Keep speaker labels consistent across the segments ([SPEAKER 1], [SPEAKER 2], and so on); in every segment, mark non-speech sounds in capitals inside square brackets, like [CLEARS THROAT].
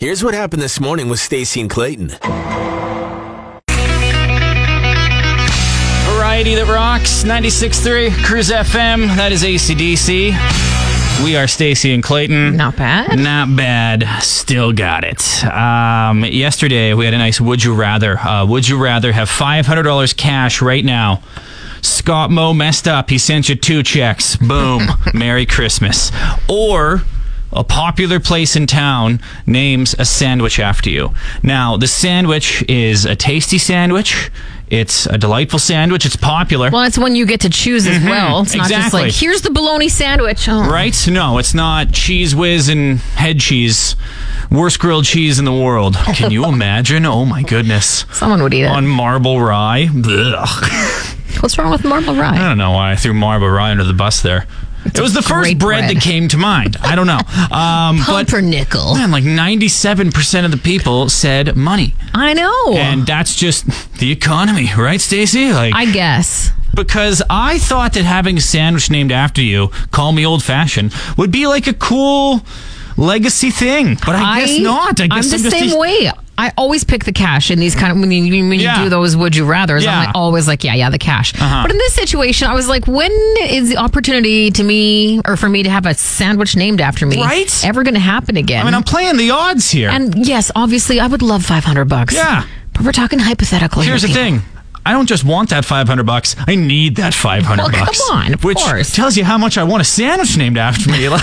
[SPEAKER 1] Here's what happened this morning with Stacey and Clayton.
[SPEAKER 2] Variety that rocks, 96.3 Cruise FM. That is ACDC. We are Stacy and Clayton.
[SPEAKER 3] Not
[SPEAKER 2] [LAUGHS]
[SPEAKER 3] bad.
[SPEAKER 2] Not bad. Still got it. Um, yesterday, we had a nice Would You Rather. Uh, would You Rather have $500 cash right now? Scott Mo messed up. He sent you two checks. Boom. Merry Christmas. Or a popular place in town names a sandwich after you. Now, the sandwich is a tasty sandwich. It's a delightful sandwich. It's popular.
[SPEAKER 3] Well, it's one you get to choose as well. It's not just
[SPEAKER 2] Mm-hmm. exactly.
[SPEAKER 3] like here's the bologna sandwich. Oh.
[SPEAKER 2] Right? No, it's not cheese whiz and head cheese. Worst grilled cheese in the world. Can
[SPEAKER 3] [LAUGHS]
[SPEAKER 2] you imagine? Oh my goodness.
[SPEAKER 3] Someone would eat it.
[SPEAKER 2] On marble rye. Ugh.
[SPEAKER 3] What's wrong with marble
[SPEAKER 2] I
[SPEAKER 3] rye?
[SPEAKER 2] don't know why I threw marble rye under the bus there. it was the first
[SPEAKER 3] great
[SPEAKER 2] bread,
[SPEAKER 3] bread.
[SPEAKER 2] that came to mind. I
[SPEAKER 3] [LAUGHS]
[SPEAKER 2] don't know. Um, but
[SPEAKER 3] Pumpernickel.
[SPEAKER 2] man, like 97% of the people said money.
[SPEAKER 3] I know.
[SPEAKER 2] And that's just the economy, right, Stacey? Like
[SPEAKER 3] I guess.
[SPEAKER 2] because I thought that having a sandwich named after you, call me old fashioned, would be like a cool legacy thing. But I, guess not. I guess
[SPEAKER 3] am the
[SPEAKER 2] just
[SPEAKER 3] same
[SPEAKER 2] a-
[SPEAKER 3] way. I always pick the cash in these kind of when you, when you
[SPEAKER 2] Yeah.
[SPEAKER 3] do those would you rather's.
[SPEAKER 2] Yeah. Uh-huh.
[SPEAKER 3] I'm like, always like yeah yeah the cash. But in this situation, I was like, when is the opportunity to me or for me to have a sandwich named after me
[SPEAKER 2] Right?
[SPEAKER 3] ever going to happen again?
[SPEAKER 2] I mean, I'm playing the odds here.
[SPEAKER 3] and yes, obviously, I would love 500 bucks.
[SPEAKER 2] Yeah.
[SPEAKER 3] but we're talking hypothetically.
[SPEAKER 2] Here's the
[SPEAKER 3] here, people.
[SPEAKER 2] thing. I don't just want that 500 bucks. I need that 500
[SPEAKER 3] Well, come
[SPEAKER 2] bucks.
[SPEAKER 3] on, of
[SPEAKER 2] which
[SPEAKER 3] course.
[SPEAKER 2] tells you how much I want a sandwich named after me. [LAUGHS] Like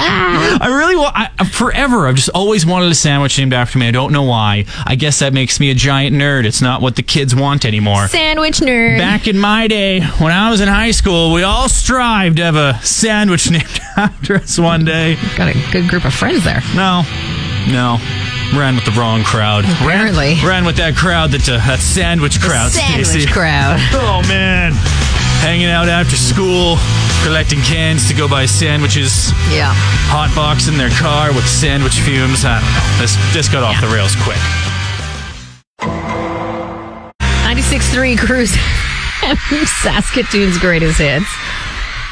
[SPEAKER 3] Ah.
[SPEAKER 2] I really want I, forever. I've just always wanted a sandwich named after me. I don't know why. I guess that makes me a giant nerd. It's not what the kids want anymore. [LAUGHS]
[SPEAKER 3] Sandwich nerd.
[SPEAKER 2] Back in my day, when I was in high school, we all strived to have a sandwich [LAUGHS] named after us one day.
[SPEAKER 3] Got a good group of friends there.
[SPEAKER 2] No, no. Ran with the wrong crowd.
[SPEAKER 3] Apparently.
[SPEAKER 2] Ran, ran with that crowd, that, uh, that sandwich crowd, [LAUGHS]
[SPEAKER 3] Sandwich
[SPEAKER 2] Stacey.
[SPEAKER 3] crowd.
[SPEAKER 2] Oh, man. Hanging out after school, collecting cans to go buy sandwiches,
[SPEAKER 3] Yeah.
[SPEAKER 2] hot box in their car with sandwich fumes. I don't know. This, this got off the rails quick.
[SPEAKER 3] 96.3 Cruise FM, Saskatoon's greatest hits.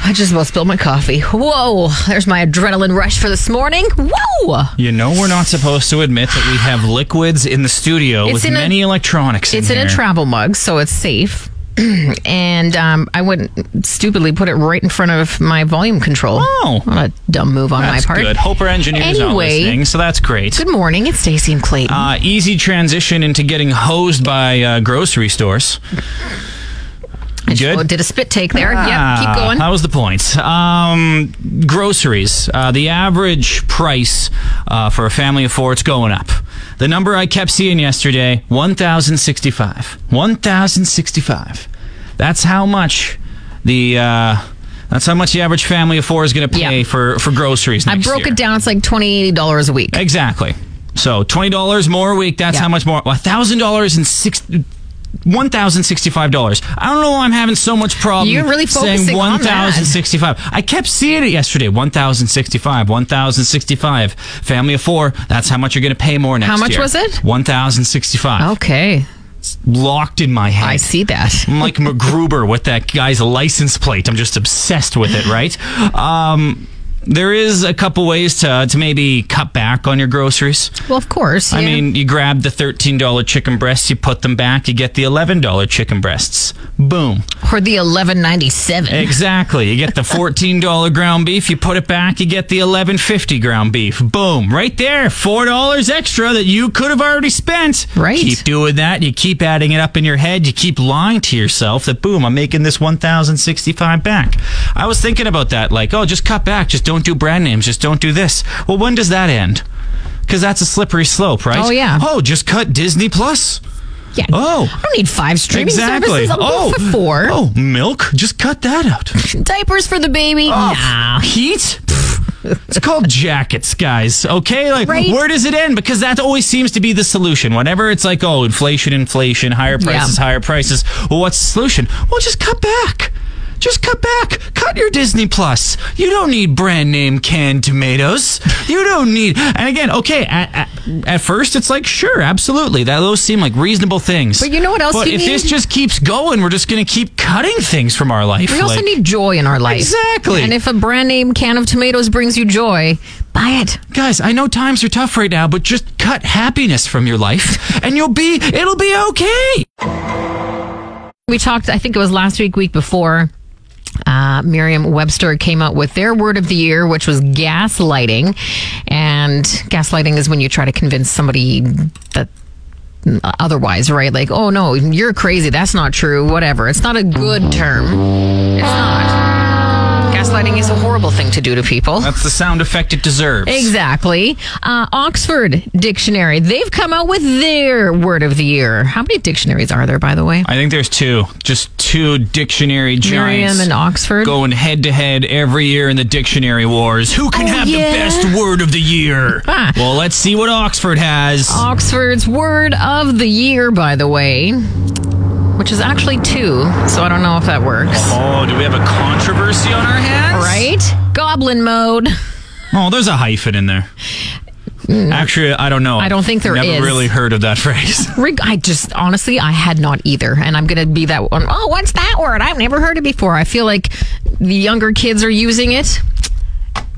[SPEAKER 3] I just about spilled my coffee. Whoa, there's my adrenaline rush for this morning. Whoa!
[SPEAKER 2] You know, we're not supposed to admit that we have liquids in the studio
[SPEAKER 3] It's
[SPEAKER 2] with
[SPEAKER 3] in a-
[SPEAKER 2] many electronics in
[SPEAKER 3] It's in a
[SPEAKER 2] here.
[SPEAKER 3] travel mug, so it's safe. [CLEARS THROAT] and um, I wouldn't stupidly put it right in front of my volume control.
[SPEAKER 2] Oh.
[SPEAKER 3] What a dumb move on
[SPEAKER 2] That's
[SPEAKER 3] my part.
[SPEAKER 2] good. Hope our engineers aren't
[SPEAKER 3] Anyway.
[SPEAKER 2] listening, so that's great.
[SPEAKER 3] Good morning, it's Stacey and Clayton.
[SPEAKER 2] Uh, easy transition into getting hosed by uh, grocery stores.
[SPEAKER 3] I just
[SPEAKER 2] good. Ah,
[SPEAKER 3] did a spit take there. yep, keep going.
[SPEAKER 2] That was the point. Um, groceries. Uh, the average price uh, for a family of four, it's going up. The number I kept seeing yesterday, 1,065. 1,065. That's how much the... Uh, that's how much the average family of four is going to pay
[SPEAKER 3] Yeah.
[SPEAKER 2] for, for groceries
[SPEAKER 3] I
[SPEAKER 2] next
[SPEAKER 3] broke
[SPEAKER 2] year.
[SPEAKER 3] it down. It's like $28 a week.
[SPEAKER 2] Exactly. So twenty dollars more a week. That's
[SPEAKER 3] Yeah.
[SPEAKER 2] how much more. A thousand dollars and six. One thousand sixty-five dollars. I don't know why I'm having so much problem.
[SPEAKER 3] You're really
[SPEAKER 2] saying
[SPEAKER 3] focusing
[SPEAKER 2] one
[SPEAKER 3] on that.
[SPEAKER 2] thousand sixty-five. I kept seeing it yesterday. One thousand sixty-five. One thousand sixty-five. Family of four. That's how much you're going to pay more next year.
[SPEAKER 3] much was it?
[SPEAKER 2] One thousand sixty-five.
[SPEAKER 3] Okay,
[SPEAKER 2] Locked in my head.
[SPEAKER 3] I see that.
[SPEAKER 2] I'm like MacGruber with that guy's license plate. I'm just obsessed with it, right? Um, there is a couple ways to, to maybe cut back on your groceries.
[SPEAKER 3] Well, of course.
[SPEAKER 2] I
[SPEAKER 3] yeah.
[SPEAKER 2] mean, you grab the $13 chicken breasts, you put them back, you get the $11 chicken breasts. Boom.
[SPEAKER 3] or the eleven ninety seven.
[SPEAKER 2] Exactly. You get the $14 ground beef, you put it back, you get the $11.50 ground beef. Boom. Right there. $4 extra that you could have already spent.
[SPEAKER 3] Right.
[SPEAKER 2] Keep doing that. You keep adding it up in your head. You keep lying to yourself that, boom, I'm making this 1065 back. I was thinking about that. Like, oh, just cut back. Just don't do brand names. Just don't do this. Well, when does that end? Because that's a slippery slope, right?
[SPEAKER 3] Oh, yeah.
[SPEAKER 2] Oh, just cut Disney Plus.
[SPEAKER 3] Yeah.
[SPEAKER 2] Oh.
[SPEAKER 3] I don't need five streaming
[SPEAKER 2] Exactly.
[SPEAKER 3] services. I'll
[SPEAKER 2] oh,
[SPEAKER 3] go for four.
[SPEAKER 2] Oh, milk. Just cut that out.
[SPEAKER 3] Diapers for the baby.
[SPEAKER 2] Oh, Heat? Pfft. It's called jackets, guys. Okay, like
[SPEAKER 3] Right.
[SPEAKER 2] where does it end? Because that always seems to be the solution. Whenever it's like, oh, inflation, inflation, higher prices,
[SPEAKER 3] Yeah.
[SPEAKER 2] higher prices. Well, what's the solution? Well, just cut back. Just cut back. Cut your Disney Plus. You don't need brand name canned tomatoes. You don't need. And again, okay, at, at, at first it's like sure, absolutely. That those seem like reasonable things.
[SPEAKER 3] But you know what else
[SPEAKER 2] But
[SPEAKER 3] you
[SPEAKER 2] if this
[SPEAKER 3] need?
[SPEAKER 2] just keeps going, we're just going to keep cutting things from our life.
[SPEAKER 3] We also
[SPEAKER 2] Like,
[SPEAKER 3] need joy in our life.
[SPEAKER 2] Exactly.
[SPEAKER 3] And if a brand name can of tomatoes brings you joy, buy it.
[SPEAKER 2] guys, I know times are tough right now, but just cut happiness from your [LAUGHS] life and you'll be it'll be okay.
[SPEAKER 3] We talked, I think it was last week, week before. Uh, Merriam Webster came out with their word of the year, which was gaslighting. And gaslighting is when you try to convince somebody that uh, otherwise, right? Like, oh no, you're crazy. That's not true. Whatever. It's not a good term. It's not. Gaslighting is a horrible thing to do to people.
[SPEAKER 2] That's the sound effect it deserves.
[SPEAKER 3] Exactly. Uh, Oxford Dictionary. They've come out with their word of the year. How many dictionaries are there, by the way?
[SPEAKER 2] I think there's two, just two dictionary giants
[SPEAKER 3] Merriam and Oxford.
[SPEAKER 2] going head to head every year in the dictionary wars. Who can
[SPEAKER 3] Oh,
[SPEAKER 2] have
[SPEAKER 3] yeah.
[SPEAKER 2] the best word of the year?
[SPEAKER 3] [LAUGHS] Ah.
[SPEAKER 2] well, let's see what Oxford has.
[SPEAKER 3] Oxford's word of the year, by the way, which is actually two, so I don't know if that works.
[SPEAKER 2] Oh, do we have a controversy on our hands?
[SPEAKER 3] Right? Goblin mode. [LAUGHS]
[SPEAKER 2] Oh, there's a hyphen in there. Actually, I don't know.
[SPEAKER 3] Mm. I don't think there
[SPEAKER 2] Never
[SPEAKER 3] is.
[SPEAKER 2] really heard of that [LAUGHS] phrase.
[SPEAKER 3] Rig- I just honestly, I had not either, and I'm gonna be that one. Oh, what's that word? I've never heard it before. I feel like the younger kids are using it.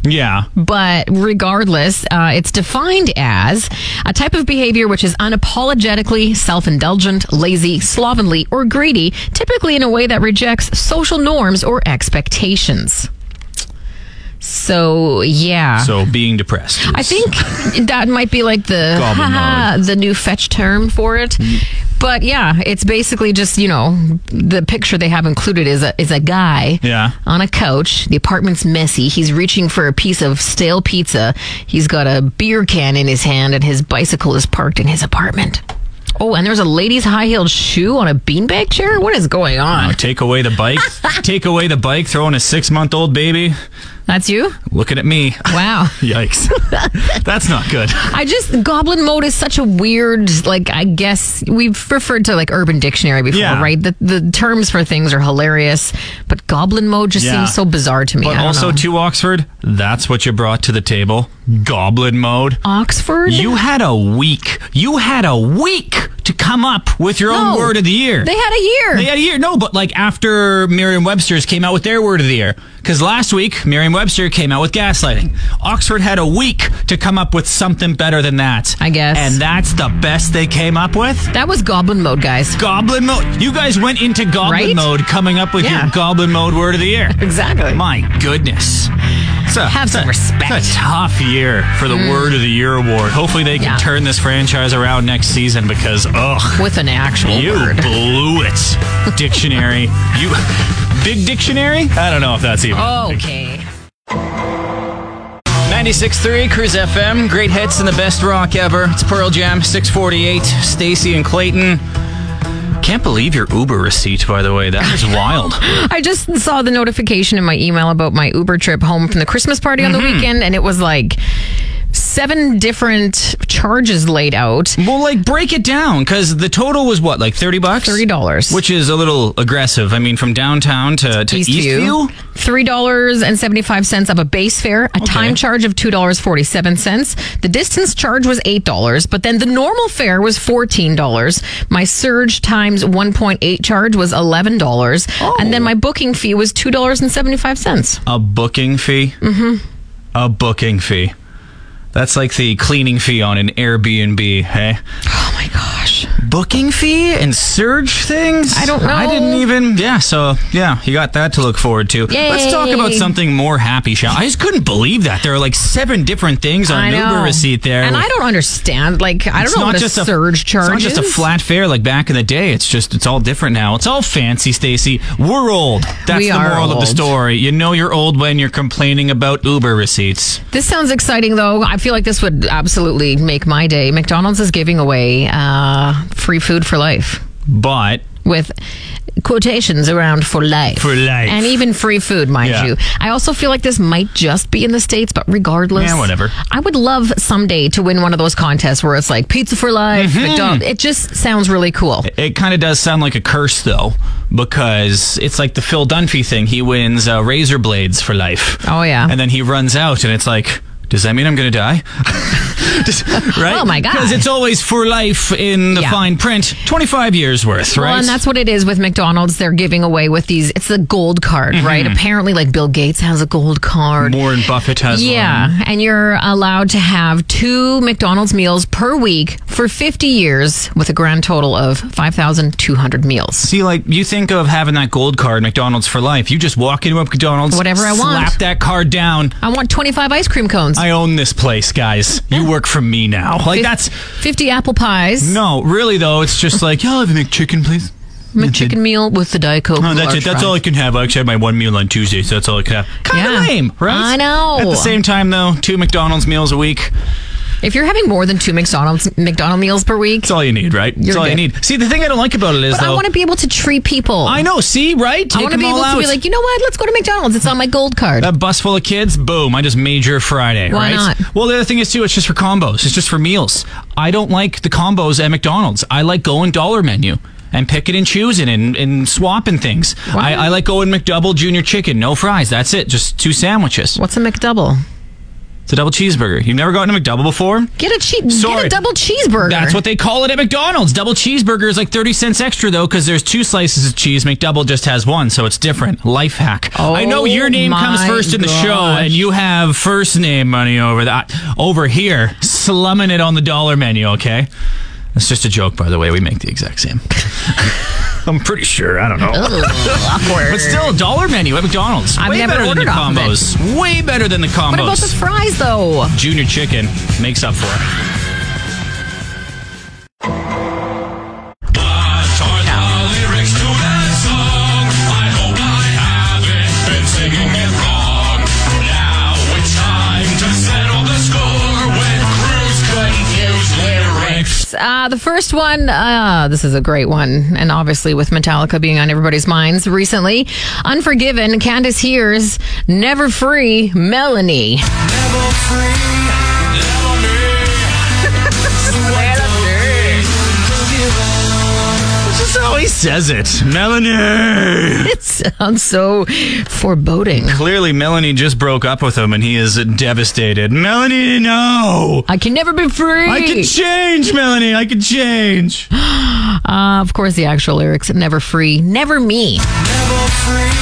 [SPEAKER 2] yeah.
[SPEAKER 3] But regardless, uh, it's defined as a type of behavior which is unapologetically self indulgent, lazy, slovenly, or greedy, typically in a way that rejects social norms or expectations. So, yeah.
[SPEAKER 2] So being depressed.
[SPEAKER 3] I
[SPEAKER 2] is-
[SPEAKER 3] think that might be like the
[SPEAKER 2] Goblin
[SPEAKER 3] [LAUGHS]
[SPEAKER 2] Mm.
[SPEAKER 3] haha, the new fetch term for it. But yeah, it's basically just you know the picture they have included is a is a guy
[SPEAKER 2] Yeah.
[SPEAKER 3] on a couch. The apartment's messy. He's reaching for a piece of stale pizza. He's got a beer can in his hand, and his bicycle is parked in his apartment. Oh, and there's a lady's high heeled shoe on a beanbag chair. What is going
[SPEAKER 2] Oh,
[SPEAKER 3] on?
[SPEAKER 2] take away the
[SPEAKER 3] [LAUGHS]
[SPEAKER 2] bike. take away the bike. Throwing a six month old baby.
[SPEAKER 3] That's you.
[SPEAKER 2] Looking at me. [LAUGHS]
[SPEAKER 3] Wow.
[SPEAKER 2] Yikes. [LAUGHS] That's not good.
[SPEAKER 3] I just goblin mode is such a weird like I guess we've referred to like Urban Dictionary before,
[SPEAKER 2] Yeah.
[SPEAKER 3] right? The the terms for things are hilarious, but goblin mode just
[SPEAKER 2] Yeah.
[SPEAKER 3] seems so bizarre to me. I
[SPEAKER 2] But
[SPEAKER 3] don't
[SPEAKER 2] also
[SPEAKER 3] know.
[SPEAKER 2] to Oxford, that's what you brought to the table. Goblin mode.
[SPEAKER 3] Oxford.
[SPEAKER 2] You had a week. You had a week to come up with your
[SPEAKER 3] No.
[SPEAKER 2] own word of the year.
[SPEAKER 3] They had a year.
[SPEAKER 2] They had a year. No, but like after Merriam Webster's came out with their word of the year. Because last week, Merriam Webster came out with gaslighting. Oxford had a week to come up with something better than that.
[SPEAKER 3] I guess.
[SPEAKER 2] And that's the best they came up with?
[SPEAKER 3] that was goblin mode, guys.
[SPEAKER 2] Goblin mode. You guys went into goblin
[SPEAKER 3] Right?
[SPEAKER 2] mode coming up with
[SPEAKER 3] Yeah.
[SPEAKER 2] your goblin mode word of the year.
[SPEAKER 3] Exactly.
[SPEAKER 2] My goodness. It's a,
[SPEAKER 3] Have
[SPEAKER 2] it's
[SPEAKER 3] some
[SPEAKER 2] a-
[SPEAKER 3] respect. Mm.
[SPEAKER 2] It's a tough year for the Word of the Year award. Hopefully, they can
[SPEAKER 3] Yeah.
[SPEAKER 2] turn this franchise around next season because, ugh,
[SPEAKER 3] With an actual
[SPEAKER 2] you
[SPEAKER 3] word.
[SPEAKER 2] blew it. Dictionary. you. Big dictionary? I don't know if that's even.
[SPEAKER 3] Okay. Oh.
[SPEAKER 2] 96.3 Cruise FM. Great hits and the best rock ever. It's Pearl Jam 648. Stacy and Clayton. Can't believe your Uber receipt, by the way.
[SPEAKER 3] [LAUGHS]
[SPEAKER 2] That was wild.
[SPEAKER 3] I just saw the notification in my email about my Uber trip home from the Christmas party on
[SPEAKER 2] Mm-hmm.
[SPEAKER 3] the weekend, and it was like seven different charges laid out.
[SPEAKER 2] Well, like break it down because the total was what, like thirty bucks?
[SPEAKER 3] Thirty dollars.
[SPEAKER 2] which is a little aggressive. I mean, from downtown to, to Eastview.
[SPEAKER 3] Three dollars and seventy five cents of a base fare, a time charge of two dollars forty seven cents. The distance charge was eight dollars, but then the normal fare was fourteen dollars. My surge times one point eight charge was eleven dollars, and then my booking fee was two dollars and seventy five cents.
[SPEAKER 2] A booking fee. Mm-hmm. A booking fee. That's like the cleaning fee on an Airbnb. Hey,
[SPEAKER 3] Oh my gosh!
[SPEAKER 2] booking fee and surge things.
[SPEAKER 3] I don't
[SPEAKER 2] I
[SPEAKER 3] know.
[SPEAKER 2] didn't even. Yeah. So yeah, you got that to look forward to. Let's talk
[SPEAKER 3] Yay.
[SPEAKER 2] about something more happy, shall? I just couldn't believe that there are like seven different things on
[SPEAKER 3] I
[SPEAKER 2] an
[SPEAKER 3] know.
[SPEAKER 2] Uber receipt there.
[SPEAKER 3] and
[SPEAKER 2] with-
[SPEAKER 3] I don't understand. Like I don't
[SPEAKER 2] It's
[SPEAKER 3] know
[SPEAKER 2] not
[SPEAKER 3] what
[SPEAKER 2] just
[SPEAKER 3] a surge charge
[SPEAKER 2] It's not just a
[SPEAKER 3] is.
[SPEAKER 2] flat fare like back in the day. It's just it's all different now. It's all fancy, Stacy. We're old. That's
[SPEAKER 3] We
[SPEAKER 2] the
[SPEAKER 3] are
[SPEAKER 2] moral of the
[SPEAKER 3] old.
[SPEAKER 2] story. You know you're old when you're complaining about Uber receipts.
[SPEAKER 3] This sounds exciting, though. I feel like this would absolutely make my day. McDonald's is giving away uh, free food for life
[SPEAKER 2] But
[SPEAKER 3] with quotations around for life.
[SPEAKER 2] For life.
[SPEAKER 3] And even free food, mind
[SPEAKER 2] Yeah.
[SPEAKER 3] you. I also feel like this might just be in the States, but regardless.
[SPEAKER 2] Yeah, whatever.
[SPEAKER 3] I would love someday to win one of those contests where it's like pizza for life, McDonald's. It just sounds really cool.
[SPEAKER 2] Mm-hmm. it kind of does sound like a curse though, because it's like the Phil Dunphy thing. He wins uh, razor blades for life.
[SPEAKER 3] Oh, yeah.
[SPEAKER 2] And then he runs out, and it's like. Does that mean I'm going to die? [LAUGHS] Does- right?
[SPEAKER 3] Oh, my God.
[SPEAKER 2] Because it's always for life in the
[SPEAKER 3] Yeah.
[SPEAKER 2] fine print. 25 years worth, right?
[SPEAKER 3] Well, and that's what it is with McDonald's. They're giving away with these. It's the gold card,
[SPEAKER 2] Mm-hmm.
[SPEAKER 3] right? Apparently, like Bill Gates has a gold card.
[SPEAKER 2] Warren Buffett has
[SPEAKER 3] yeah, and you're allowed to have two McDonald's meals per week for 50 years with a grand total of 5,200 meals.
[SPEAKER 2] See, like you think of having that gold card, McDonald's for life. You just walk into a McDonald's,
[SPEAKER 3] Whatever I want.
[SPEAKER 2] slap that card down.
[SPEAKER 3] I want 25 ice cream cones.
[SPEAKER 2] I own this place, guys. You work for me now. Like that's
[SPEAKER 3] 50 apple pies.
[SPEAKER 2] no, really though. It's just like, yeah, I'll have a McChicken, please.
[SPEAKER 3] McChicken meal with the Diet Coke.
[SPEAKER 2] No, that's
[SPEAKER 3] large
[SPEAKER 2] it. That's
[SPEAKER 3] fry.
[SPEAKER 2] all I can have. I actually have my one meal on Tuesday, so that's all I can have. Kind of
[SPEAKER 3] Yeah.
[SPEAKER 2] lame, right?
[SPEAKER 3] I know.
[SPEAKER 2] At the same time, though, two McDonald's meals a week.
[SPEAKER 3] If you're having more than two McDonald's McDonald meals per week,
[SPEAKER 2] It's all you need, right? It's
[SPEAKER 3] You're
[SPEAKER 2] all you
[SPEAKER 3] good.
[SPEAKER 2] need. See, the thing I don't like about it is
[SPEAKER 3] but I
[SPEAKER 2] though.
[SPEAKER 3] want to be able to treat people.
[SPEAKER 2] I know. See, right?
[SPEAKER 3] I want to be able to be like, you know what? Let's go to McDonald's. It's on my gold card.
[SPEAKER 2] a bus full of kids, boom, I just made your Friday,
[SPEAKER 3] Why
[SPEAKER 2] right?
[SPEAKER 3] not?
[SPEAKER 2] Well, the other thing is too, it's just for combos. It's just for meals. I don't like the combos at McDonald's. I like going dollar menu and picking and choosing and, and swapping things. I, I like going McDouble Junior Chicken, no fries. That's it, just two sandwiches.
[SPEAKER 3] What's a McDouble?
[SPEAKER 2] It's a double cheeseburger. You've never gotten a McDouble before?
[SPEAKER 3] Get a cheap, get
[SPEAKER 2] Sorry.
[SPEAKER 3] a double cheeseburger.
[SPEAKER 2] That's what they call it at McDonald's. Double cheeseburger is like 30 cents extra, though, because there's two slices of cheese. McDouble just has one, so it's different. Life hack.
[SPEAKER 3] Oh,
[SPEAKER 2] I know your name comes
[SPEAKER 3] my
[SPEAKER 2] first in the show,
[SPEAKER 3] gosh.
[SPEAKER 2] and you have first name money over that. Over here, slumming it on the dollar menu, okay? That's just a joke, by the way. We make the exact same. I'm pretty sure. I don't know. [LAUGHS]
[SPEAKER 3] awkward.
[SPEAKER 2] But still, dollar menu at McDonald's.
[SPEAKER 3] I've
[SPEAKER 2] Way
[SPEAKER 3] never
[SPEAKER 2] better than the
[SPEAKER 3] ordered off of it.
[SPEAKER 2] combos. Way better than the combos.
[SPEAKER 3] what about the fries though?
[SPEAKER 2] Junior Chicken makes up for it.
[SPEAKER 3] Uh, the first one, uh, this is a great one, and obviously with Metallica being on everybody's minds recently, Unforgiven, Candace Hears, Never Free, Melanie. [LAUGHS]
[SPEAKER 2] This is how he says it. Melanie!
[SPEAKER 3] It sounds so foreboding.
[SPEAKER 2] Clearly, Melanie just broke up with him and he is devastated. Melanie, no!
[SPEAKER 3] I can never be free.
[SPEAKER 2] I can change, Melanie. I can change.
[SPEAKER 3] uh, of course, the actual lyrics: "Never free, never me."
[SPEAKER 2] Melanie!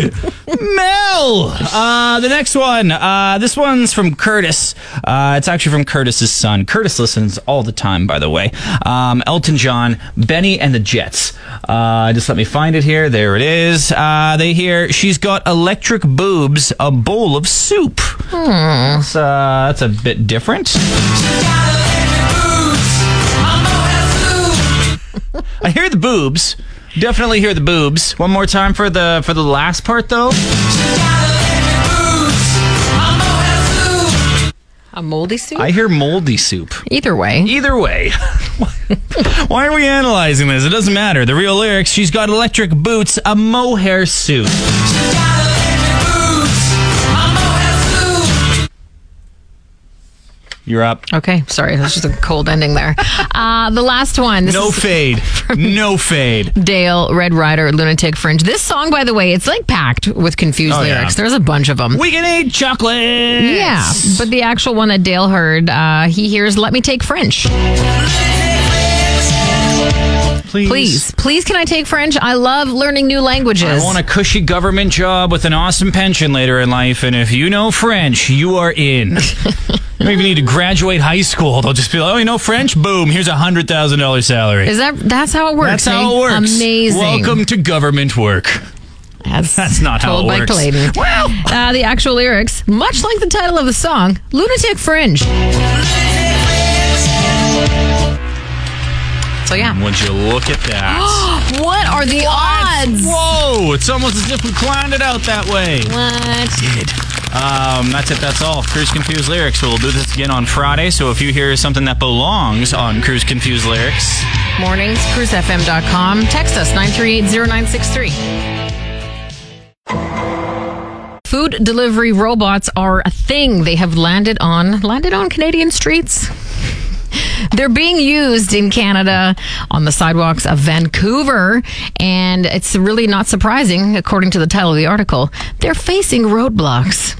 [SPEAKER 2] [LAUGHS] Mel! Uh, the next one. Uh, this one's from Curtis. Uh, it's actually from Curtis's son. Curtis listens all the time, by the way. Um, Elton John, Benny and the Jets. Uh, just let me find it here. There it is. Uh, they hear she's got electric boobs, a bowl of soup. That's, uh, that's a bit different. I hear the boobs. Definitely hear the boobs. One more time for the for the last part though.
[SPEAKER 3] A moldy soup.
[SPEAKER 2] I hear moldy soup.
[SPEAKER 3] Either way,
[SPEAKER 2] Either way, [LAUGHS] why are we analyzing this? It doesn't matter. The real lyrics: She's got electric boots, a mohair suit. You're up.
[SPEAKER 3] okay. Sorry, that's just a cold
[SPEAKER 2] [LAUGHS]
[SPEAKER 3] ending there. Uh, the last one. This
[SPEAKER 2] No
[SPEAKER 3] is- [LAUGHS]
[SPEAKER 2] fade. No fade.
[SPEAKER 3] Dale, Red Rider, Lunatic Fringe. This song, by the way, it's like packed with confused
[SPEAKER 2] Oh, yeah.
[SPEAKER 3] lyrics. There's a bunch of them.
[SPEAKER 2] We can eat chocolate.
[SPEAKER 3] yeah, but the actual one that Dale heard, uh, he hears "Let Me Take French."
[SPEAKER 2] please.
[SPEAKER 3] Please, please, can I take French? I love learning new
[SPEAKER 2] I
[SPEAKER 3] languages.
[SPEAKER 2] want a cushy government job with an awesome pension later in life, and if you know French, you are
[SPEAKER 3] [LAUGHS]
[SPEAKER 2] in. you don't even need to graduate high school. They'll just be like, oh, you know French? Boom, here's a $100,000 salary.
[SPEAKER 3] Is that that's how it
[SPEAKER 2] That's
[SPEAKER 3] works?
[SPEAKER 2] how
[SPEAKER 3] eh?
[SPEAKER 2] it works.
[SPEAKER 3] Amazing.
[SPEAKER 2] Welcome to government work.
[SPEAKER 3] That's,
[SPEAKER 2] [LAUGHS] That's not how
[SPEAKER 3] told
[SPEAKER 2] it
[SPEAKER 3] by
[SPEAKER 2] works.
[SPEAKER 3] Clayton. Well, uh, the actual lyrics, much like the title of the song, "Lunatic Fringe." So yeah, [GASPS]
[SPEAKER 2] Would you look at that?
[SPEAKER 3] what are the odds?
[SPEAKER 2] [GASPS] Whoa, it's almost as if we planned it out that way.
[SPEAKER 3] What?
[SPEAKER 2] did. Um, that's it. That's all. Cruise Confused Lyrics. We'll do this again on Friday. So if you hear something that belongs on Cruise Confused Lyrics,
[SPEAKER 3] Mornings, cruisefm.com. Text us 9380963. Food delivery robots are a thing. They have landed on landed on Canadian streets. They're being used in Canada on the sidewalks of Vancouver, and it's really not surprising, according to the title of the article. They're facing roadblocks.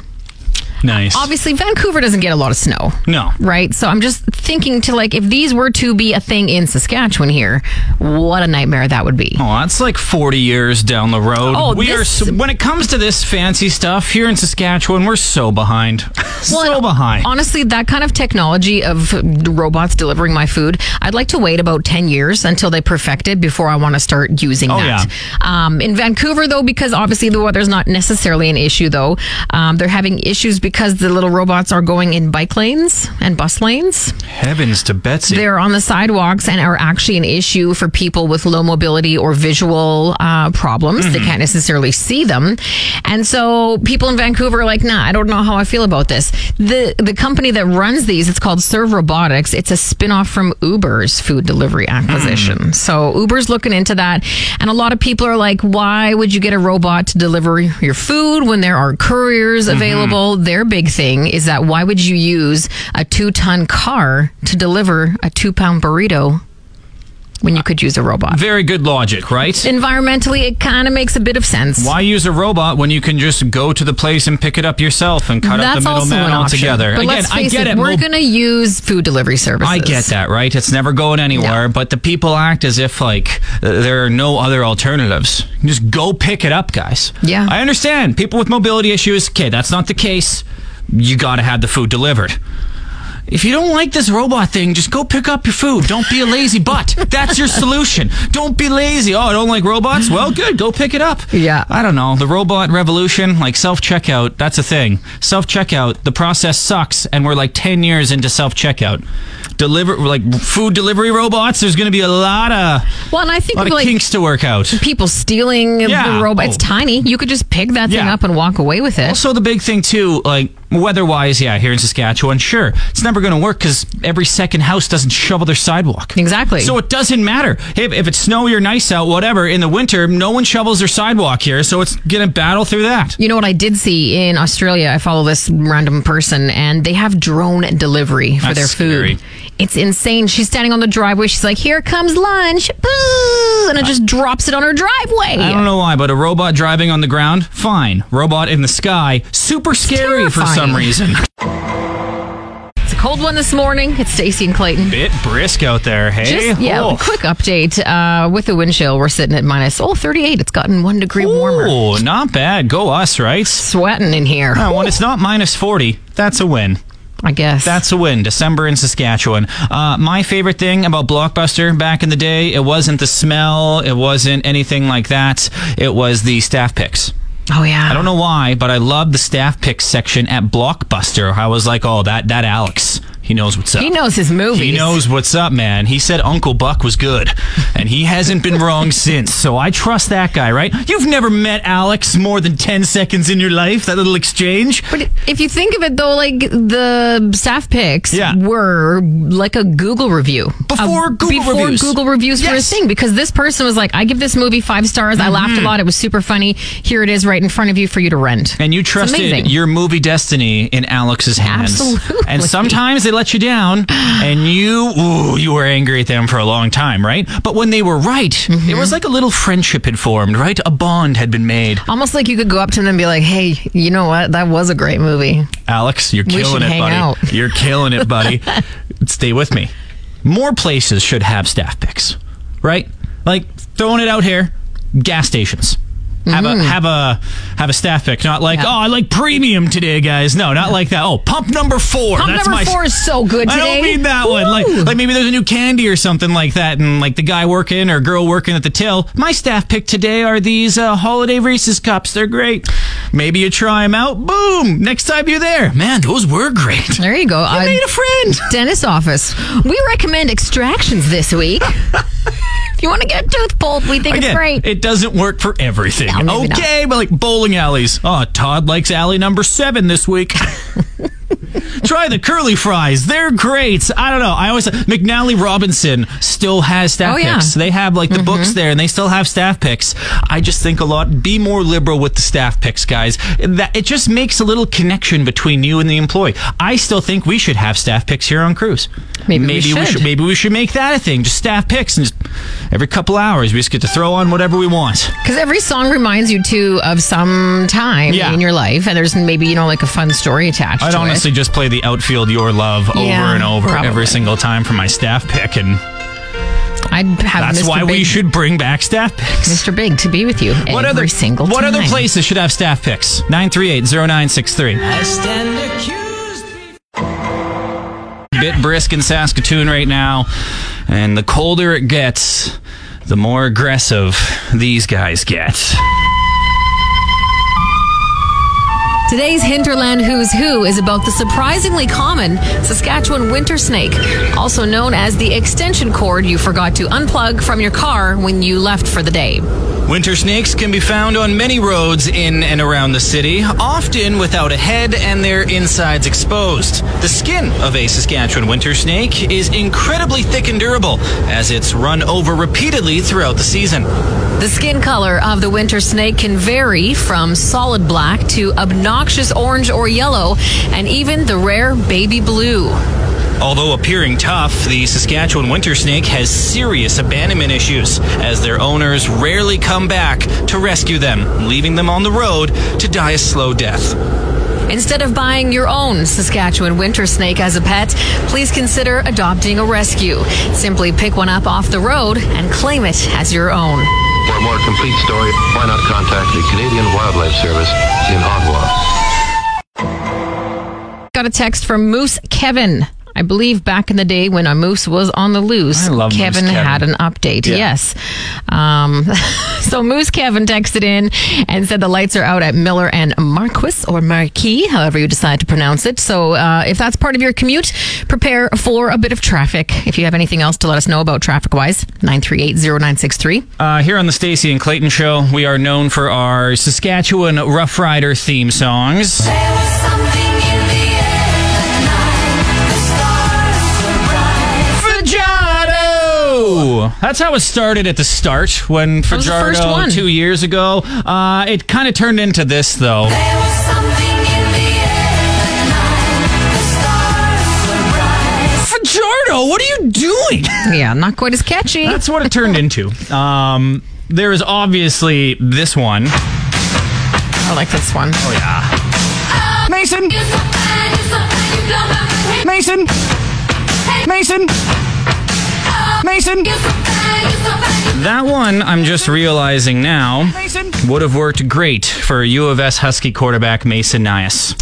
[SPEAKER 2] Nice.
[SPEAKER 3] Obviously, Vancouver doesn't get a lot of snow.
[SPEAKER 2] No.
[SPEAKER 3] Right? So I'm just thinking to like, if these were to be a thing in Saskatchewan here, what a nightmare that would be.
[SPEAKER 2] Oh, that's like 40 years down the road.
[SPEAKER 3] Oh,
[SPEAKER 2] we
[SPEAKER 3] this-
[SPEAKER 2] are s- when it comes to this fancy stuff here in Saskatchewan, we're so behind.
[SPEAKER 3] Well,
[SPEAKER 2] Oh, so
[SPEAKER 3] and
[SPEAKER 2] behind.
[SPEAKER 3] Honestly, that kind of technology of robots delivering my food, I'd like to wait about 10 years until they perfect it before I want to start using
[SPEAKER 2] Oh,
[SPEAKER 3] that. Um, in Vancouver, though, because obviously the weather's not necessarily an issue, though, um, they're having issues because the little robots are going in bike lanes and bus lanes.
[SPEAKER 2] Heavens to Betsy.
[SPEAKER 3] They're on the sidewalks and are actually an issue for people with low mobility or visual uh, problems. They can't necessarily see them, and so people in Vancouver are like, "Nah, I don't know how I feel about this." the The company that runs these, it's called Serve Robotics. It's a spinoff from Uber's food delivery acquisition.
[SPEAKER 2] Hmm.
[SPEAKER 3] So Uber's looking into that, and a lot of people are like, "Why would you get a robot to deliver your food when there are couriers
[SPEAKER 2] Mm-hmm.
[SPEAKER 3] available?" Their big thing is that why would you use a two ton car to deliver a two pound burrito when you could use a robot?
[SPEAKER 2] Very good logic, right?
[SPEAKER 3] Environmentally, it kind of makes a bit of sense.
[SPEAKER 2] Why use a robot when you can just go to the place and pick it up yourself and cut out
[SPEAKER 3] That's
[SPEAKER 2] the
[SPEAKER 3] also
[SPEAKER 2] middleman
[SPEAKER 3] an option.
[SPEAKER 2] altogether?
[SPEAKER 3] But
[SPEAKER 2] Again,
[SPEAKER 3] let's
[SPEAKER 2] I
[SPEAKER 3] face
[SPEAKER 2] get
[SPEAKER 3] it,
[SPEAKER 2] it.
[SPEAKER 3] we're
[SPEAKER 2] mo-
[SPEAKER 3] going to use food delivery services.
[SPEAKER 2] I get that, right? It's never going anywhere, but the people act as if like uh, there are no other alternatives. Just go pick it up, guys.
[SPEAKER 3] Yeah.
[SPEAKER 2] I understand. People with mobility issues, okay, that's not the case. You got to have the food delivered. If you don't like this robot thing, just go pick up your food. Don't be a lazy
[SPEAKER 3] [LAUGHS]
[SPEAKER 2] butt. That's your solution. Don't be lazy. Oh, I don't like robots. Well, good. Go pick it up.
[SPEAKER 3] Yeah.
[SPEAKER 2] I don't know. The robot revolution, like self checkout, that's a thing. Self checkout, the process sucks, and we're like 10 years into self checkout. Deliver, like food delivery robots, there's going to be a lot of,
[SPEAKER 3] Well, and I think
[SPEAKER 2] lot of
[SPEAKER 3] like
[SPEAKER 2] kinks to work out.
[SPEAKER 3] people stealing
[SPEAKER 2] Yeah.
[SPEAKER 3] the robot. It's
[SPEAKER 2] Oh.
[SPEAKER 3] tiny. You could just pick that thing
[SPEAKER 2] Yeah.
[SPEAKER 3] up and walk away with it.
[SPEAKER 2] Also, the big thing too, like weather-wise, yeah, here in Saskatchewan, sure, it's never going to work because every second house doesn't shovel their sidewalk.
[SPEAKER 3] Exactly.
[SPEAKER 2] So it doesn't matter. Hey, if it's snowy or nice out, whatever. In the winter, no one shovels their sidewalk here, so it's going to battle through that.
[SPEAKER 3] You know what I did see in Australia? I follow this random person, and they have drone delivery for
[SPEAKER 2] That's
[SPEAKER 3] their
[SPEAKER 2] scary.
[SPEAKER 3] food. It's insane. She's standing on the driveway. She's like, "Here comes lunch," Boo! and it just drops it on her driveway.
[SPEAKER 2] I don't know why, but a robot driving on the ground, fine. Robot in the sky, super scary for some
[SPEAKER 3] terrifying. [LAUGHS]
[SPEAKER 2] reason.
[SPEAKER 3] It's a cold one this morning. It's Stacey and Clayton.
[SPEAKER 2] Bit brisk out there, hey?
[SPEAKER 3] Just, yeah,
[SPEAKER 2] Oh.
[SPEAKER 3] quick update. Uh, with the wind chill, we're sitting at minus oh, 38. It's gotten one degree warmer.
[SPEAKER 2] Ooh, not bad. Go us, right?
[SPEAKER 3] Sweating in here,
[SPEAKER 2] Uh, when it's not minus 40, that's a win.
[SPEAKER 3] I guess.
[SPEAKER 2] That's a win. December in Saskatchewan. Uh, my favorite thing about Blockbuster back in the day, it wasn't the smell, it wasn't anything like that. It was the staff picks.
[SPEAKER 3] oh yeah.
[SPEAKER 2] I don't know why, but I loved the staff picks section at Blockbuster. I was like, oh, that that Alex, he knows what's up.
[SPEAKER 3] He knows his movies.
[SPEAKER 2] He knows what's up, man. He said Uncle Buck was good, and he hasn't been wrong [LAUGHS] since. So I trust that guy, right? You've never met Alex more than 10 seconds in your life, that little exchange.
[SPEAKER 3] But if you think of it though, like the staff picks
[SPEAKER 2] Yeah.
[SPEAKER 3] were like a Google review
[SPEAKER 2] Before
[SPEAKER 3] A-
[SPEAKER 2] Google
[SPEAKER 3] before
[SPEAKER 2] reviews.
[SPEAKER 3] Google reviews were a
[SPEAKER 2] Yes. Mm-hmm.
[SPEAKER 3] thing because this person was like, "I give this movie five stars. I laughed a lot. It was super funny. Here it is, right in front of you for you to rent."
[SPEAKER 2] And you trusted
[SPEAKER 3] amazing.
[SPEAKER 2] your movie destiny in Alex's hands.
[SPEAKER 3] Absolutely.
[SPEAKER 2] And sometimes they let you
[SPEAKER 3] [SIGHS]
[SPEAKER 2] down, and you ooh, you were angry at them for a long time, right? But when they were right,
[SPEAKER 3] Mm-hmm.
[SPEAKER 2] it was like a little friendship had formed, right? A bond had been made.
[SPEAKER 3] Almost like you could go up to them and be like, "Hey, you know what? That was a great movie."
[SPEAKER 2] Alex, you're
[SPEAKER 3] We
[SPEAKER 2] killing
[SPEAKER 3] should
[SPEAKER 2] it,
[SPEAKER 3] hang
[SPEAKER 2] buddy. [LAUGHS]
[SPEAKER 3] out.
[SPEAKER 2] You're killing it,
[SPEAKER 3] [LAUGHS]
[SPEAKER 2] buddy. Stay with me. More places should have staff picks, right? Like throwing it out here, gas stations. Have a have a have a staff pick, not like
[SPEAKER 3] Mm-hmm. Yeah.
[SPEAKER 2] oh I like premium today, guys. No, not like that. Oh, pump number four.
[SPEAKER 3] Pump
[SPEAKER 2] That's
[SPEAKER 3] number
[SPEAKER 2] my
[SPEAKER 3] four is so good
[SPEAKER 2] I
[SPEAKER 3] today.
[SPEAKER 2] don't mean that one. Like,
[SPEAKER 3] Woo!
[SPEAKER 2] like maybe there's a new candy or something like that, and like the guy working or girl working at the till. My staff pick today are these uh, holiday Reese's cups. They're great. Maybe you try them out. Boom! Next time you're there, man, those were great.
[SPEAKER 3] there you go. I-
[SPEAKER 2] Made a friend.
[SPEAKER 3] dentist office. We recommend extractions
[SPEAKER 2] [LAUGHS]
[SPEAKER 3] this week. if you want to get a tooth pulled, we think
[SPEAKER 2] Again,
[SPEAKER 3] it's great.
[SPEAKER 2] it doesn't work for everything.
[SPEAKER 3] No, maybe not.
[SPEAKER 2] okay, but like bowling alleys. Oh, Todd likes alley number seven this week. [LAUGHS] Try the curly fries. They're great. I don't know. I always McNally Robinson still has staff
[SPEAKER 3] Oh, yeah. Mm-hmm.
[SPEAKER 2] picks. They have like the books there, and they still have staff picks. I just think a lot. Be more liberal with the staff picks, guys. That it just makes a little connection between you and the employee. I still think we should have staff picks here on cruise.
[SPEAKER 3] Maybe we should.
[SPEAKER 2] Maybe we should make that a thing. Just staff picks, and just, every couple hours we just get to throw on whatever we want.
[SPEAKER 3] Because every song reminds you too of some time
[SPEAKER 2] Yeah.
[SPEAKER 3] in your life, and there's maybe you know like a fun story attached.
[SPEAKER 2] I'd
[SPEAKER 3] to
[SPEAKER 2] honestly just play the outfield your love over
[SPEAKER 3] Yeah,
[SPEAKER 2] and over
[SPEAKER 3] probably.
[SPEAKER 2] every single time for my staff pick, and
[SPEAKER 3] it. I'd have
[SPEAKER 2] that's
[SPEAKER 3] Mr.
[SPEAKER 2] why
[SPEAKER 3] Big,
[SPEAKER 2] we should bring back staff
[SPEAKER 3] [LAUGHS]
[SPEAKER 2] picks.
[SPEAKER 3] Mr. Big to be with you
[SPEAKER 2] What
[SPEAKER 3] every
[SPEAKER 2] other
[SPEAKER 3] single
[SPEAKER 2] What
[SPEAKER 3] time.
[SPEAKER 2] other places should have staff picks? 938-0963.
[SPEAKER 4] I stand accused
[SPEAKER 2] Bit brisk in Saskatoon right now, and the colder it gets, the more aggressive these guys get.
[SPEAKER 3] Today's Hinterland Who's Who is about the surprisingly common Saskatchewan winter snake, also known as the extension cord you forgot to unplug from your car when you left for the day.
[SPEAKER 2] Winter snakes can be found on many roads in and around the city, often without a head and their insides exposed. The skin of a Saskatchewan winter snake is incredibly thick and durable, as it's run over repeatedly throughout the season.
[SPEAKER 3] The skin color of the winter snake can vary from solid black to obnoxious orange or yellow, and even the rare baby blue.
[SPEAKER 2] Although appearing tough, the Saskatchewan winter snake has serious abandonment issues, as their owners rarely come back to rescue them, leaving them on the road to die a slow death.
[SPEAKER 3] Instead of buying your own Saskatchewan winter snake as a pet, please consider adopting a rescue. Simply pick one up off the road and claim it as your own.
[SPEAKER 5] For a more complete story, why not contact the Canadian Wildlife Service in Ottawa?
[SPEAKER 3] Got a text from Moose Kevin. I believe back in the day when a moose was on the loose,
[SPEAKER 2] I love Moose
[SPEAKER 3] Kevin,
[SPEAKER 2] Kevin.
[SPEAKER 3] had an update.
[SPEAKER 2] Yeah.
[SPEAKER 3] Yes. Um, [LAUGHS] so Moose Kevin texted in and said the lights are out at Miller and Marquis or Marquis, however you decide to pronounce it. So uh, if that's part of your commute, prepare for a bit of traffic. If you have anything else to let us know about traffic wise, 9380963.
[SPEAKER 2] Uh, here on the Stacy and Clayton Show, we are known for our Saskatchewan Rough Rider theme songs.
[SPEAKER 6] There was something in the air that night. The stars were bright.
[SPEAKER 2] Fajardo! That's how it started at the start when
[SPEAKER 3] was the first
[SPEAKER 2] Fajardo
[SPEAKER 3] one.
[SPEAKER 2] two years ago. Uh, it kind of turned into this though.
[SPEAKER 6] There was something in the air that night. The stars were bright.
[SPEAKER 2] Fajardo, what are you doing?
[SPEAKER 3] Yeah, not quite as
[SPEAKER 2] [LAUGHS]
[SPEAKER 3] catchy.
[SPEAKER 2] That's what it turned into. Um, there is obviously this one.
[SPEAKER 3] I like this one.
[SPEAKER 2] Oh, Mason,
[SPEAKER 6] You're so fine, you're so fine, you blow my mind.
[SPEAKER 2] Mason, Mason. Mason.
[SPEAKER 6] You're so fine, you're so fine, you
[SPEAKER 2] That one, I'm just realizing now, would have worked great for U of S Husky quarterback Mason Nias.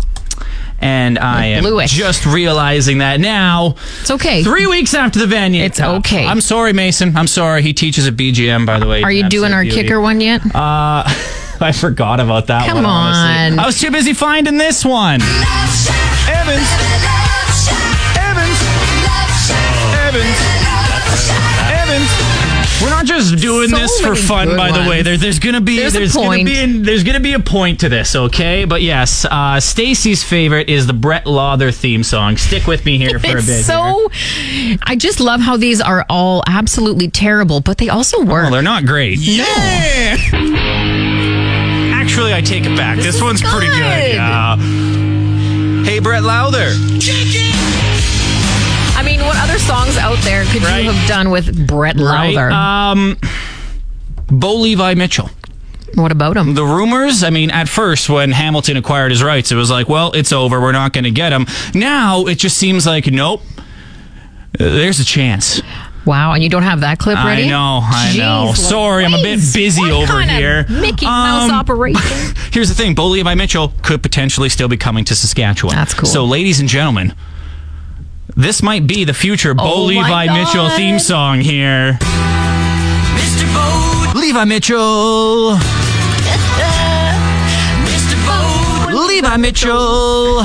[SPEAKER 2] And I am
[SPEAKER 3] blew it.
[SPEAKER 2] just realizing that now.
[SPEAKER 3] It's okay.
[SPEAKER 2] Three weeks after the venue.
[SPEAKER 3] It's okay.
[SPEAKER 2] I'm sorry, Mason. I'm sorry. He teaches at BGM, by the way.
[SPEAKER 3] Are you
[SPEAKER 2] Absolute
[SPEAKER 3] doing our
[SPEAKER 2] beauty.
[SPEAKER 3] kicker one yet?
[SPEAKER 2] Uh, [LAUGHS] I forgot about that
[SPEAKER 3] Come
[SPEAKER 2] one. honestly.
[SPEAKER 3] on.
[SPEAKER 2] I was too busy finding this one.
[SPEAKER 6] love shot.
[SPEAKER 2] Evans,
[SPEAKER 6] Love shot.
[SPEAKER 2] Evans,
[SPEAKER 6] Love shot.
[SPEAKER 2] Evans.
[SPEAKER 6] Love shot.
[SPEAKER 2] Evans. We're not just doing
[SPEAKER 3] So
[SPEAKER 2] this for
[SPEAKER 3] many
[SPEAKER 2] fun,
[SPEAKER 3] good
[SPEAKER 2] by the way.
[SPEAKER 3] ones.
[SPEAKER 2] There, there's gonna be
[SPEAKER 3] There's
[SPEAKER 2] there's,
[SPEAKER 3] a
[SPEAKER 2] gonna
[SPEAKER 3] point.
[SPEAKER 2] be an, there's gonna be a point to this, okay? But yes, uh, Stacy's favorite is the Brett Lawther theme song. Stick with me here for a
[SPEAKER 3] it's
[SPEAKER 2] bit. here.
[SPEAKER 3] so i just love how these are all absolutely terrible but they also
[SPEAKER 2] well,
[SPEAKER 3] work
[SPEAKER 2] they're not great. Yeah. Actually, I take it back. This,
[SPEAKER 3] is
[SPEAKER 2] one's pretty good.
[SPEAKER 3] good.
[SPEAKER 2] Yeah. Hey, Brett Lowther.
[SPEAKER 3] i mean what other songs out there could
[SPEAKER 2] Right.
[SPEAKER 3] you have done with brett
[SPEAKER 2] Right?
[SPEAKER 3] lowther
[SPEAKER 2] Um, Bo Levi Mitchell.
[SPEAKER 3] what about him
[SPEAKER 2] the rumors, I mean, at first when Hamilton acquired his rights, it was like, well, it's over. We're not going to get him. Now it just seems like, nope. Uh, There's a chance.
[SPEAKER 3] wow and you don't have that clip ready
[SPEAKER 2] I know, I know.
[SPEAKER 3] Jeez
[SPEAKER 2] Sorry, I'm a bit
[SPEAKER 3] Louise.
[SPEAKER 2] busy
[SPEAKER 3] What
[SPEAKER 2] over
[SPEAKER 3] kind of
[SPEAKER 2] here.
[SPEAKER 3] mickey mouse
[SPEAKER 2] Um, [LAUGHS]
[SPEAKER 3] operation
[SPEAKER 2] Here's the thing: Bo Levi Mitchell could potentially still be coming to Saskatchewan.
[SPEAKER 3] That's cool.
[SPEAKER 2] So, ladies and gentlemen, this might be the future Bo
[SPEAKER 3] Oh my
[SPEAKER 2] Levi
[SPEAKER 3] God.
[SPEAKER 2] Mitchell theme song here.
[SPEAKER 4] Mr. Bold,
[SPEAKER 2] Levi Mitchell,
[SPEAKER 4] Mr. Bold,
[SPEAKER 2] Levi Mitchell.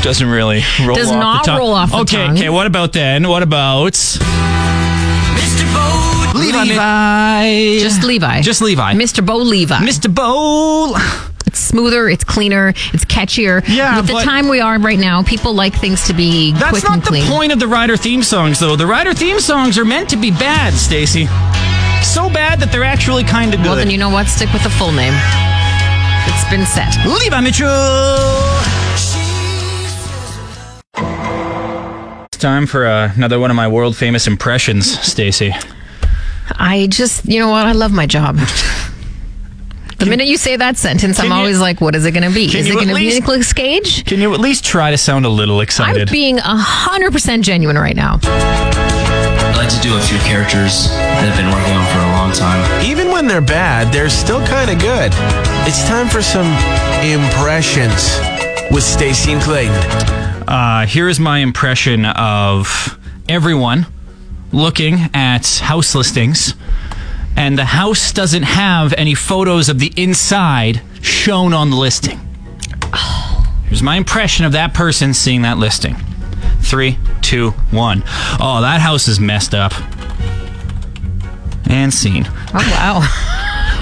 [SPEAKER 2] Doesn't really roll
[SPEAKER 3] Does
[SPEAKER 2] off
[SPEAKER 3] not
[SPEAKER 2] the tongue.
[SPEAKER 3] roll off the
[SPEAKER 2] okay,
[SPEAKER 3] tongue.
[SPEAKER 2] okay. What about then? What about?
[SPEAKER 4] Mr. Bold,
[SPEAKER 2] Levi. Levi.
[SPEAKER 3] just levi
[SPEAKER 2] Just Levi.
[SPEAKER 3] mr bo levi
[SPEAKER 2] Mr. Bowl.
[SPEAKER 3] It's smoother, it's cleaner, it's catchier.
[SPEAKER 2] Yeah,
[SPEAKER 3] With the
[SPEAKER 2] but-
[SPEAKER 3] time we are right now, people like things to be
[SPEAKER 2] That's
[SPEAKER 3] quick
[SPEAKER 2] not
[SPEAKER 3] and
[SPEAKER 2] the
[SPEAKER 3] clean.
[SPEAKER 2] point of the Rider theme songs, though. The Rider theme songs are meant to be bad, Stacy. So bad that they're actually kind of good.
[SPEAKER 3] Well, then you know what? Stick with the full name. It's been set.
[SPEAKER 2] Levi Mitchell. It's time for uh, another one of my world famous impressions, Stacy.
[SPEAKER 3] I just, you know what? I love my
[SPEAKER 2] [LAUGHS]
[SPEAKER 3] job. The minute you say that sentence, I'm
[SPEAKER 2] can you-
[SPEAKER 3] always like, what is it going to be?
[SPEAKER 2] can
[SPEAKER 3] Is it
[SPEAKER 2] you at
[SPEAKER 3] going to be
[SPEAKER 2] least-
[SPEAKER 3] Nicolas Cage?
[SPEAKER 2] Can you at least try to sound a little
[SPEAKER 3] I'm
[SPEAKER 2] excited?
[SPEAKER 3] being 100% genuine
[SPEAKER 2] [LAUGHS]
[SPEAKER 3] right now. Oh,
[SPEAKER 7] I like to do a few characters that I've been working on for a long time.
[SPEAKER 1] Even when they're bad, they're still kind of good. It's time for some impressions with Stacy and Clayton.
[SPEAKER 2] uh, here is my impression of everyone looking at house listings, and the house doesn't have any photos of the inside shown on the listing. Here's my impression of that person seeing that listing. Three, two, one. Oh, that house is messed up. And scene.
[SPEAKER 3] Oh,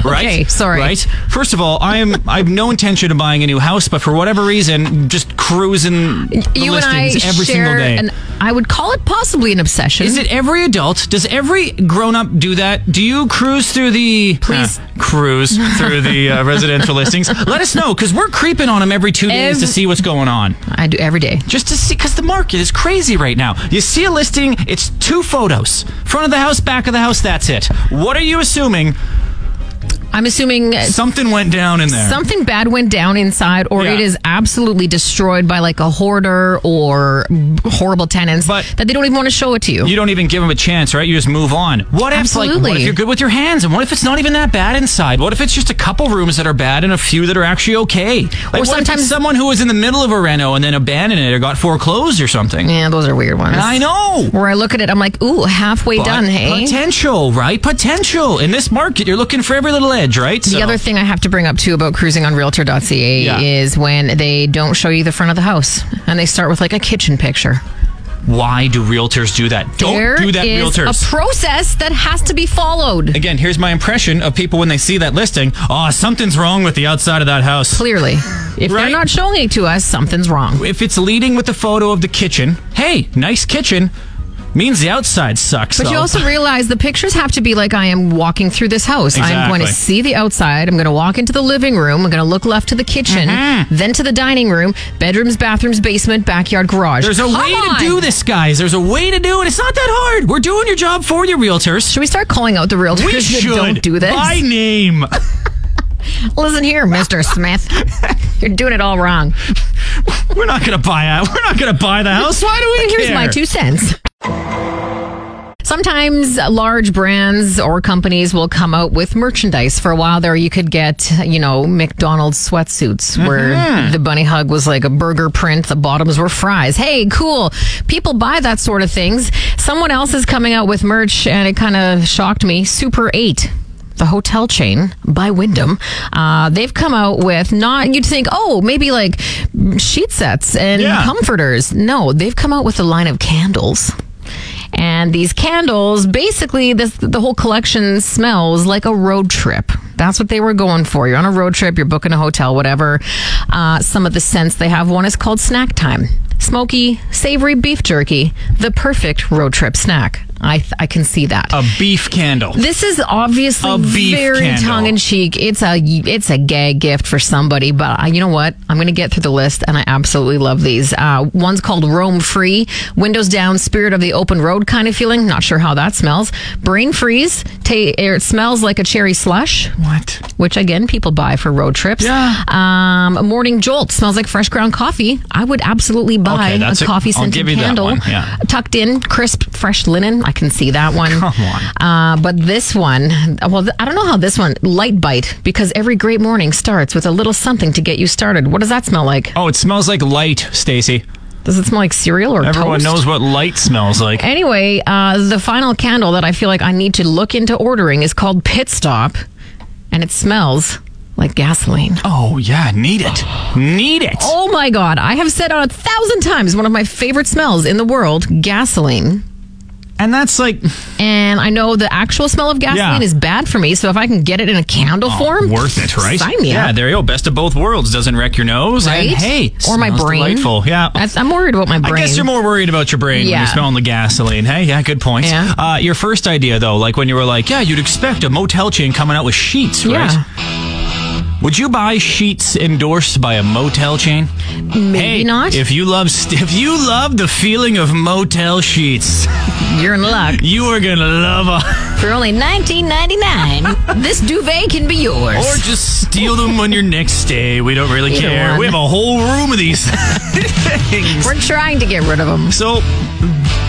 [SPEAKER 2] Right.
[SPEAKER 3] Okay, sorry.
[SPEAKER 2] Right. First of all, I'm I've no intention of buying a new house, but for whatever reason, just cruising the
[SPEAKER 3] wow. you and I
[SPEAKER 2] listings every single
[SPEAKER 3] share
[SPEAKER 2] day.
[SPEAKER 3] an, I would call it possibly an obsession.
[SPEAKER 2] Is it every adult? Does every grown up do that? Do you cruise through the
[SPEAKER 3] Please.
[SPEAKER 2] Uh, cruise through the uh, residential listings? Let us know because we're creeping on them every two days to
[SPEAKER 3] Ev-
[SPEAKER 2] see what's going on.
[SPEAKER 3] I do every day.
[SPEAKER 2] Just to see, because the market is crazy right now. You see a listing, it's two photos front of the house, back of the house, that's it. What are you assuming?
[SPEAKER 3] I'm assuming uh,
[SPEAKER 2] Something went down in there.
[SPEAKER 3] something bad went down inside, or
[SPEAKER 2] Yeah.
[SPEAKER 3] it is absolutely destroyed by like a hoarder or horrible tenants
[SPEAKER 2] But-
[SPEAKER 3] that they don't even want to show it to you.
[SPEAKER 2] you don't even give them a chance, right? You just move on. What if, like, what
[SPEAKER 3] Absolutely.
[SPEAKER 2] if you're good with your hands, and what if it's not even that bad inside? What if it's just a couple rooms that are bad and a few that are actually okay? Like, what if it's
[SPEAKER 3] sometimes-
[SPEAKER 2] someone who was in the middle of a reno and then abandoned it or got foreclosed or something.
[SPEAKER 3] yeah, those are weird ones.
[SPEAKER 2] I know.
[SPEAKER 3] Where I look at it, I'm like, ooh, halfway
[SPEAKER 2] But
[SPEAKER 3] done, hey?
[SPEAKER 2] Potential, right? Potential. In this market, you're looking for every little edge, right?
[SPEAKER 3] The other thing I have to bring up too about cruising on realtor.ca
[SPEAKER 2] Yeah.
[SPEAKER 3] is when they don't show you the front of the house and they start with like a kitchen picture.
[SPEAKER 2] why do realtors do that? Don't
[SPEAKER 3] There
[SPEAKER 2] do that,
[SPEAKER 3] is
[SPEAKER 2] realtors.
[SPEAKER 3] a process that has to be followed.
[SPEAKER 2] Again, here's my impression of people when they see that listing. Oh, something's wrong with the outside of that house.
[SPEAKER 3] Clearly, if
[SPEAKER 2] Right?
[SPEAKER 3] they're not showing it to us, something's wrong.
[SPEAKER 2] if it's leading with a photo of the kitchen, hey, nice kitchen, means the outside sucks.
[SPEAKER 3] But you
[SPEAKER 2] though.
[SPEAKER 3] also realize the pictures have to be like I am walking through this house. I'm going to
[SPEAKER 2] Exactly.
[SPEAKER 3] see the outside. I'm going to walk into the living room. I'm going to look left to the kitchen,
[SPEAKER 2] Mm-hmm.
[SPEAKER 3] then to the dining room, bedrooms, bathrooms, basement, backyard, garage.
[SPEAKER 2] there's a
[SPEAKER 3] Come
[SPEAKER 2] way
[SPEAKER 3] on.
[SPEAKER 2] to do this, guys. There's a way to do it. It's not that hard. We're doing your job for you, realtors.
[SPEAKER 3] Should we start calling out the realtors
[SPEAKER 2] We
[SPEAKER 3] that
[SPEAKER 2] should
[SPEAKER 3] don't do this?
[SPEAKER 2] By name.
[SPEAKER 3] Listen here, Mr. Smith. You're doing it all wrong.
[SPEAKER 2] [LAUGHS] We're not gonna buy it. We're not gonna buy
[SPEAKER 3] [LAUGHS]
[SPEAKER 2] the house. Why do we
[SPEAKER 3] Here's
[SPEAKER 2] care?
[SPEAKER 3] my two cents. Sometimes uh, large brands or companies will come out with merchandise. For a while there, you could get, you know, McDonald's sweatsuits
[SPEAKER 2] Mm-hmm.
[SPEAKER 3] where the bunny hug was like a burger print, the bottoms were fries. Hey, cool. People buy that sort of things. Someone else is coming out with merch, and it kind of shocked me. Super 8 the hotel chain by Wyndham, uh, they've come out with not, you'd think, oh, maybe like sheet sets and
[SPEAKER 2] Yeah.
[SPEAKER 3] comforters. No, they've come out with a line of candles. And these candles, basically, this, the whole collection smells like a road trip. That's what they were going for. You're on a road trip, you're booking a hotel, whatever. Uh, some of the scents they have one is called Snack Time smoky, savory beef jerky, the perfect road trip snack. I, I can see that.
[SPEAKER 2] A beef candle.
[SPEAKER 3] This is obviously
[SPEAKER 2] A beef
[SPEAKER 3] very
[SPEAKER 2] candle.
[SPEAKER 3] tongue in cheek. It's a it's a gag gift for somebody, but I, you know what? I'm going to get through the list, and I absolutely love these. Uh, one's called Roam Free, Windows Down, Spirit of the Open Road kind of feeling. Not sure how that smells. Brain Freeze, ta- er, it smells like a cherry slush,
[SPEAKER 2] What?
[SPEAKER 3] which again people buy for road trips.
[SPEAKER 2] Yeah.
[SPEAKER 3] Um, Morning Jolt smells like fresh ground coffee. I would absolutely buy
[SPEAKER 2] Okay,
[SPEAKER 3] a
[SPEAKER 2] that's a-
[SPEAKER 3] coffee
[SPEAKER 2] I'll
[SPEAKER 3] scented
[SPEAKER 2] give you that
[SPEAKER 3] candle,
[SPEAKER 2] one, yeah.
[SPEAKER 3] tucked in, crisp, fresh linen. I can see that one.
[SPEAKER 2] Come
[SPEAKER 3] Uh, but this one, well, th- I don't know how this one, Light Bite, because every great morning starts with a little something to get you started. What does that smell like?
[SPEAKER 2] Oh, it smells like light, Stacy.
[SPEAKER 3] Does it smell like cereal or
[SPEAKER 2] Everyone
[SPEAKER 3] toast?
[SPEAKER 2] knows what light smells like.
[SPEAKER 3] Anyway, uh, the final candle that I feel like I need to look into ordering is called Pit Stop, and it smells like gasoline.
[SPEAKER 2] Oh yeah, need it. Need it.
[SPEAKER 3] Oh my God. I have said on a thousand times one of my favorite smells in the world, gasoline.
[SPEAKER 2] And that's like
[SPEAKER 3] And I know the actual smell of gasoline
[SPEAKER 2] Yeah. Oh,
[SPEAKER 3] is bad for me, so if I can get it in a candle form,
[SPEAKER 2] worth it, right?
[SPEAKER 3] Sign me
[SPEAKER 2] yeah,
[SPEAKER 3] up.
[SPEAKER 2] there you go. Best of both worlds. Doesn't wreck your nose.
[SPEAKER 3] Right?
[SPEAKER 2] And hey,
[SPEAKER 3] or my
[SPEAKER 2] smells
[SPEAKER 3] brain.
[SPEAKER 2] Delightful. Yeah.
[SPEAKER 3] That's- I'm worried about my brain.
[SPEAKER 2] I guess you're more worried about your brain when
[SPEAKER 3] Yeah.
[SPEAKER 2] you're smelling the gasoline. Hey, yeah, good point.
[SPEAKER 3] Yeah.
[SPEAKER 2] Uh, your first idea, though, like when you were like, yeah, you'd expect a motel chain coming out with sheets, right?
[SPEAKER 3] Yeah.
[SPEAKER 2] Would you buy sheets endorsed by a motel chain?
[SPEAKER 3] Maybe
[SPEAKER 2] hey,
[SPEAKER 3] not.
[SPEAKER 2] If you love, st- if you love the feeling of motel sheets,
[SPEAKER 3] You're in luck.
[SPEAKER 2] [LAUGHS] you are gonna love
[SPEAKER 3] [LAUGHS]
[SPEAKER 2] them,
[SPEAKER 3] For
[SPEAKER 2] [LAUGHS]
[SPEAKER 3] only $19.99, this duvet can be yours.
[SPEAKER 2] or just steal them on your next stay. We don't really
[SPEAKER 3] Either
[SPEAKER 2] care.
[SPEAKER 3] one.
[SPEAKER 2] We have a whole room of these things.
[SPEAKER 3] We're trying to get rid of them.
[SPEAKER 2] So,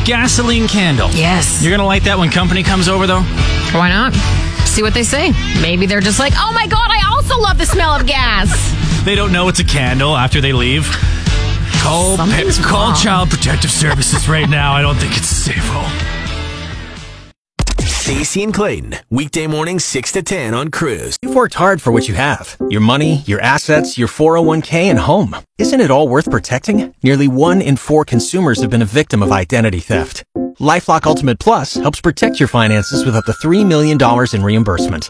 [SPEAKER 2] gasoline candle.
[SPEAKER 3] Yes.
[SPEAKER 2] You're gonna like that when company comes over, though.
[SPEAKER 3] Why not? See what they say. Maybe they're just like, oh my God, I also love the smell of gas.
[SPEAKER 2] They don't know it's a candle after they leave. Call
[SPEAKER 3] Something's
[SPEAKER 2] call
[SPEAKER 3] wrong.
[SPEAKER 2] Child Protective Services right now. I don't think it's safe. Oh.
[SPEAKER 1] Stacey and Clayton, weekday morning 6 to 10 on Cruise.
[SPEAKER 8] You've worked hard for what you have your money, your assets, your 401k, and home. Isn't it all worth protecting? Nearly one in four consumers have been a victim of identity theft. Lifelock Ultimate Plus helps protect your finances with up to $3 million in reimbursement.